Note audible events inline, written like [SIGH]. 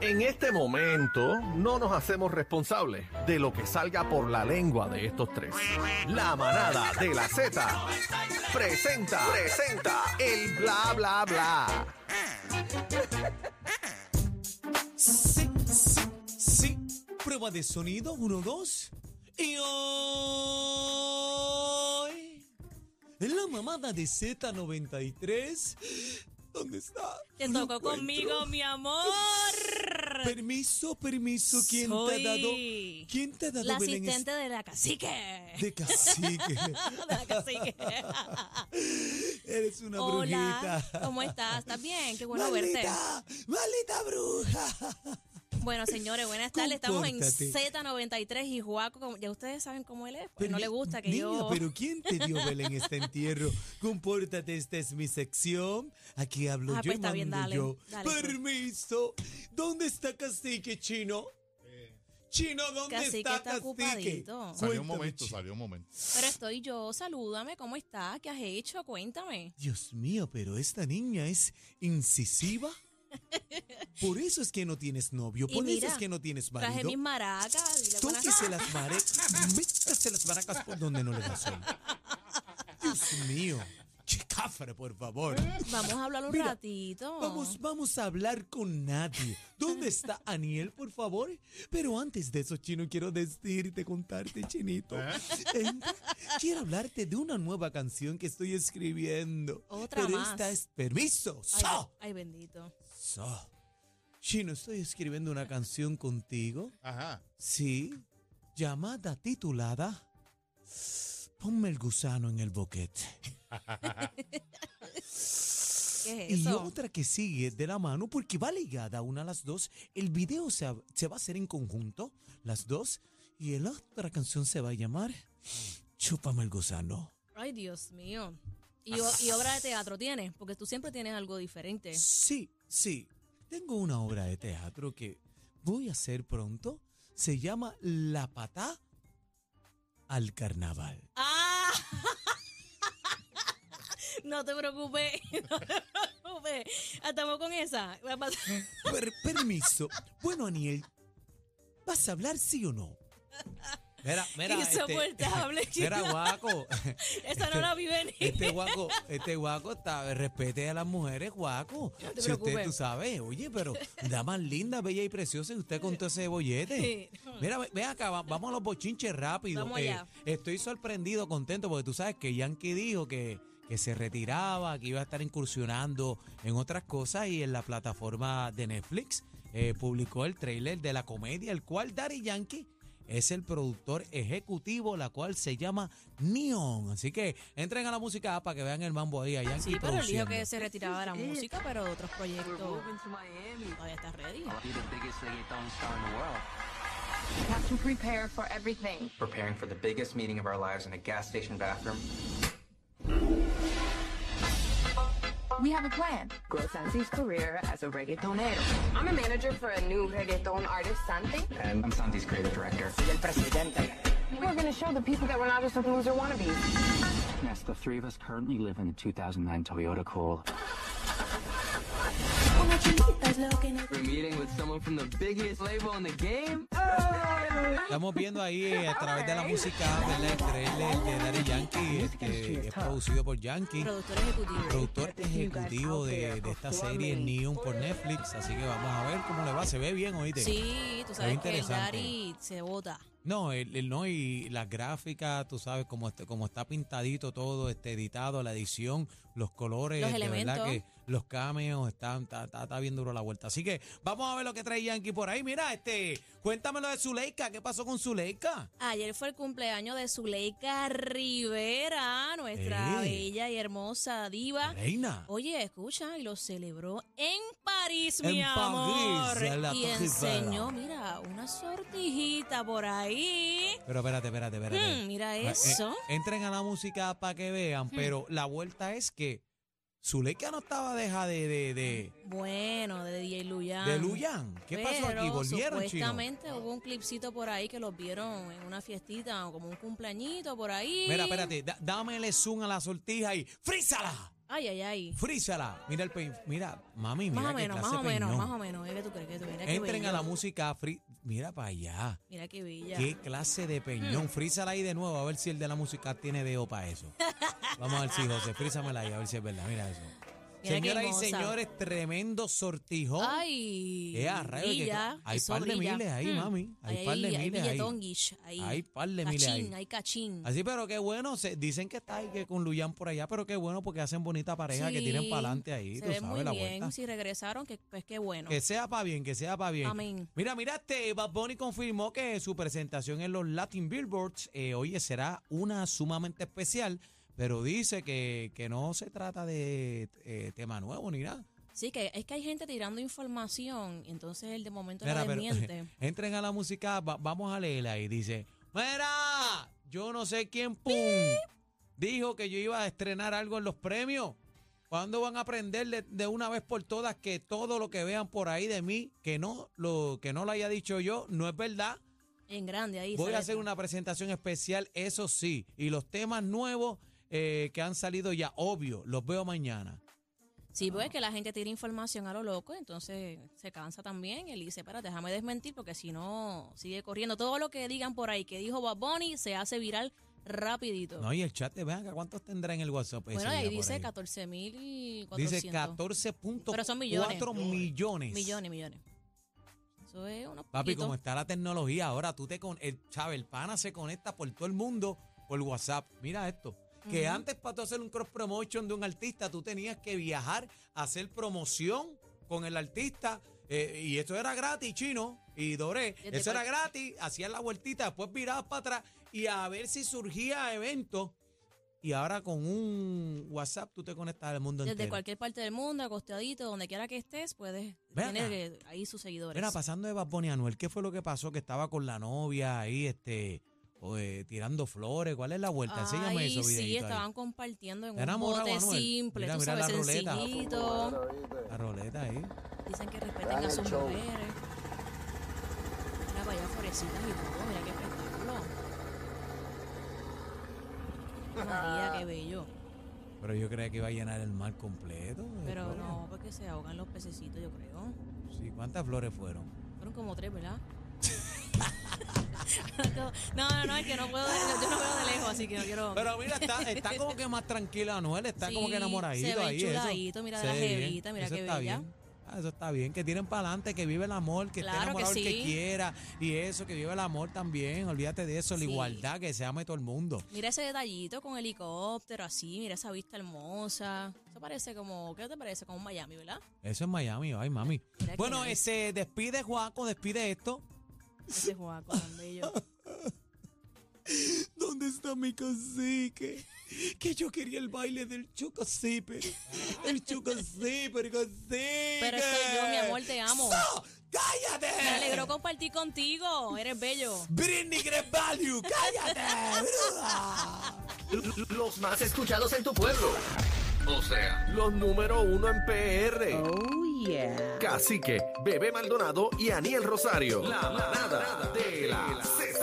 En este momento no nos hacemos responsables de lo que salga por la lengua de estos tres. La manada de la Z presenta, presenta el bla bla bla. Sí, sí, sí. Prueba de sonido, uno, dos. Y hoy. En la mamada de Z93. ¿Dónde está? Te No tocó encuentro. conmigo, mi amor. Permiso, permiso. ¿Quién Soy te ha dado? ¿Quién te ha dado La Belén? asistente de la cacique. De cacique. [LAUGHS] De la cacique. Eres [LAUGHS] una Hola, brujita. ¿cómo estás? ¿Estás bien? Qué bueno verte. maldita, maldita bruja. Bueno, señores, buenas tardes. Estamos en Compórtate. Z93 y Juaco, como- ya ustedes saben cómo él es, porque Pues no Permi- le gusta que Niña, yo... pero ¿quién te [LAUGHS] dio Belén este entierro? Compórtate, esta es mi sección. Aquí hablo Ah, yo pues y está bien, mando dale, yo. dale, pues. Permiso. ¿Dónde está Cacique Chino? Chino, ¿dónde Cacique está, está Cacique? ocupadito. Cuéntame, Eh. Salió un momento, Chi- salió un momento. Pero estoy yo, salúdame, ¿cómo estás? ¿Qué has hecho? Cuéntame. Dios mío, pero esta niña es [LAUGHS] incisiva. Por eso es que no tienes novio, Y por mira, eso es que no tienes Traje marido. mis maracas. dile buenas- Tóquese las maracas, métase las maracas por donde no le da sol. Dios mío, chicafre, por favor. Vamos a hablar un Mira, ratito. Vamos, vamos a hablar con nadie. ¿Dónde está Aniel, por favor? Pero antes de eso, Chino, quiero decirte, contarte, Chinito. Entra. Quiero hablarte de una nueva canción que estoy escribiendo. Otra pero más. esta es Permiso. Ay, So, ay, bendito. so. Chino, estoy escribiendo una canción contigo. Ajá. Sí. Llamada titulada Ponme el gusano en el boquete. ¿Qué es Y eso? otra que sigue de la mano, porque va ligada una a las dos. El video se, ha- se va a hacer en conjunto, las dos. Y la otra canción se va a llamar Chúpame el gusano. Ay, Dios mío. Y, o- Ah. y obra de teatro tienes, porque tú siempre tienes algo diferente. Sí, sí. Tengo una obra de teatro que voy a hacer pronto. Se llama La patá al carnaval. ¡Ah! [LAUGHS] No te preocupes, [LAUGHS] no te preocupes. Ah, Estamos con esa. Va [LAUGHS] a pasar- Per- permiso. Bueno, Aniel, ¿vas a hablar sí o no? Mira, este, Insoportable, [LAUGHS] Chino. guaco. Esa no la vi venir. [LAUGHS] Este guaco, este guaco está, respete a las mujeres, guaco. No te si usted, preocupes. tú sabes, oye, pero la más linda, bella y preciosa, y usted con todo ese bollete. Sí. Mira, ve- ven acá, va- vamos a los bochinches rápido. Eh, Vamos allá. Estoy sorprendido, contento, porque tú sabes que Yankee dijo que, que se retiraba, que iba a estar incursionando en otras cosas y en la plataforma de Netflix eh, publicó el tráiler de la comedia, el cual Daddy Yankee es el productor ejecutivo, la cual se llama Neon. Así que entren a la música para que vean el mambo ahí a Yankee Ah, Sí, pero él dijo produciendo. que se retiraba de la Eh, música, pero de otros proyectos. Todavía está ready. I'll be the biggest reggaeton star in the world. You have to prepare for everything. Preparing for the biggest meeting of our lives in a gas station bathroom. We have a plan. grow Santi's career as a reggaetonero. I'm a manager for a new reggaeton artist, Santi. And I'm Santi's creative director. We're gonna show the people that we're not just some loser wannabes. Yes, the three of us currently live in a 2009 Toyota Corolla. We're meeting with someone from the biggest label in the game. Estamos viendo ahí eh, a través [LAUGHS] de la música, ¿verdad? El trailer de Daddy Yankee, este, es producido por Yankee. Productor ejecutivo. productor ejecutivo de, de esta serie Neon por Netflix, así que vamos a ver cómo le va, se ve bien, oíste. Sí, tú Es sabes que el interesante. Dari se vota. No, el, el- no y las gráficas, tú sabes cómo este, cómo está pintadito todo, este editado, la edición, los colores, Los de elementos. verdad que los cameos están está, está- está bien duro la vuelta. Así que vamos a ver lo que trae Yankee por ahí. Mira, este, cuéntamelo de Zuleika, ¿qué pasó con Zuleika? Ayer fue el cumpleaños de Zuleika Rivera, nuestra Eh. bella y hermosa diva. Reina. Oye, escucha, y lo celebró en París, En mi amor. París, a la y París, enseñó, a la- mira, una sortijita por ahí. Pero espérate, espérate, espérate. Mm, mira Eh, eh, eso. Hmm. entren a la música para que vean, pero la vuelta es que Zuleika no estaba deja de, de, de, Bueno, de DJ Luyan. de Luyan. ¿Qué pasó aquí? Ah, Pero ¿Volvieron, chino? Supuestamente hubo un clipcito por ahí que los vieron en una fiestita, como un cumpleañito por ahí. Mira, espérate, da- dámele zoom a la sortija y frízala, Ay, ay, ay. frízala. Mira el pein, mira, mami, mira Más o qué menos, clase más o de menos, peinón. más o menos. ¿Qué tú crees? ¿Qué tú crees? Mira qué Entren a bello. la música free. Mira para allá. Mira qué bella. Qué clase de Mm. peñón. Frízala ahí de nuevo, a ver si el de la música tiene dedo para [LAUGHS] eso. Vamos a ver si, José, frízamela ahí, a ver si es verdad. Mira eso. Mira qué Señoras y hermosa. señores, tremendo sortijón. Ay. Eh, a rayos, que brilla, hay eso par de brilla. Hmm. miles ahí, mami. Hay Mm. Ay, par de ahí, miles Hay ahí. billetón, guish, ahí. Hay par de miles Cachín, ahí. hay cachín. Así, pero qué bueno. se- dicen que está ahí que con Luyan por allá, pero qué bueno porque hacen bonita pareja que tienen Sí, para adelante ahí. se tú ve sabes muy la bien. vuelta. Si regresaron, que, pues qué bueno. Que sea para bien, que sea para bien. Amén. Mira, mira, este Bad Bunny confirmó que su presentación en los Latin Billboards, eh, oye, será una sumamente especial, pero dice que, que no se trata de eh, tema nuevo ni nada. Sí, que es que hay gente tirando información, y entonces él de momento Mira, la pero- [LAUGHS] desmiente. entren a la música, va- vamos a leerla y dice, mira, yo no sé quién pum, dijo que yo iba a estrenar algo en los premios. ¿Cuándo van a aprender de, de una vez por todas que todo lo que vean por ahí de mí, que no lo que no lo haya dicho yo, no es verdad? En grande ahí. Voy sale a hacer tú. una presentación especial, eso sí, y los temas nuevos eh, que han salido ya, obvio, los veo mañana. Sí, pues que la gente tira información a lo loco, entonces se cansa también. Él dice, espera, déjame desmentir porque si no, sigue corriendo. Todo lo que digan por ahí que dijo Bad Bunny se hace viral rapidito. No, y el chat, vean acá, ¿cuántos tendrá en el WhatsApp? ese bueno, y día ahí por dice 14 mil Dice 14.4 Pero son millones. millones. millones, millones. Eso es unos Papi, poquitos. como está la tecnología ahora, tú te con el ¿sabes? el pana se conecta por todo el mundo por WhatsApp. Mira esto. Que antes para tú hacer un cross promotion de un artista, tú tenías que viajar, hacer promoción con el artista. eh, y esto era gratis, chino. Y Doré, Desde eso era cual- gratis, hacías la vueltita, después virabas para atrás y a ver si surgía eventos. Y ahora con un WhatsApp tú te conectas al mundo Desde entero. cualquier parte del mundo, acostadito, donde quiera que estés, puedes Ven tener acá. eh, ahí sus seguidores. Mira, pasando de Bad Bunny a Anuel, ¿qué fue lo que pasó? Que estaba con la novia ahí, este, o, eh, tirando flores. ¿Cuál es la vuelta? Enséñame Ay, eso, videíto sí, ahí. estaban compartiendo en Era un morado, bote Anuel. simple, Mira, tú mira sabes, la ruleta. sencillito. La roleta ahí. Dicen que respeten a sus mujeres. Mira, vaya florecitas y todo, mira qué espectáculo. María, qué bello. Pero yo creía que iba a llenar el mar completo. de Pero flores. no, porque se ahogan los pececitos, yo creo. Sí, ¿cuántas flores fueron? Fueron como tres, ¿verdad? [LAUGHS] no, no, no, es que no puedo, yo no veo de lejos, así que no quiero... Pero mira, está, está como que más tranquila Anuel, está como que Sí, enamoradito se ve ahí. eso. enchuladito, mira de Se la ve bien, jevita, mira eso qué está bella. Bien. Ah, eso está bien, que tienen para adelante, que vive el amor, que esté Claro que enamorado el que sí. quiera, y eso, que vive el amor también, olvídate de eso, la Sí. igualdad, que se ame todo el mundo. Mira ese detallito con helicóptero, así, mira esa vista hermosa. Eso parece como, ¿qué te parece? Como un Miami, ¿verdad? Eso es Miami, ay mami. Mira qué Bueno, eh, nice. se despide Juaco, despide esto. Ese Juaco, tan bello. ¿Dónde está mi cacique? Que yo quería el baile del chocasipe. El chocasipe, el cacique. Pero es que yo, mi amor, te amo. ¡No! ¡Cállate! Me alegró compartir contigo, eres bello. Britney Great Value, cállate, bruda. Los más escuchados en tu pueblo. O sea, los número uno en PR. Oh, yeah. Cacique, Bebé Maldonado y Aniel Rosario. La manada de la Z.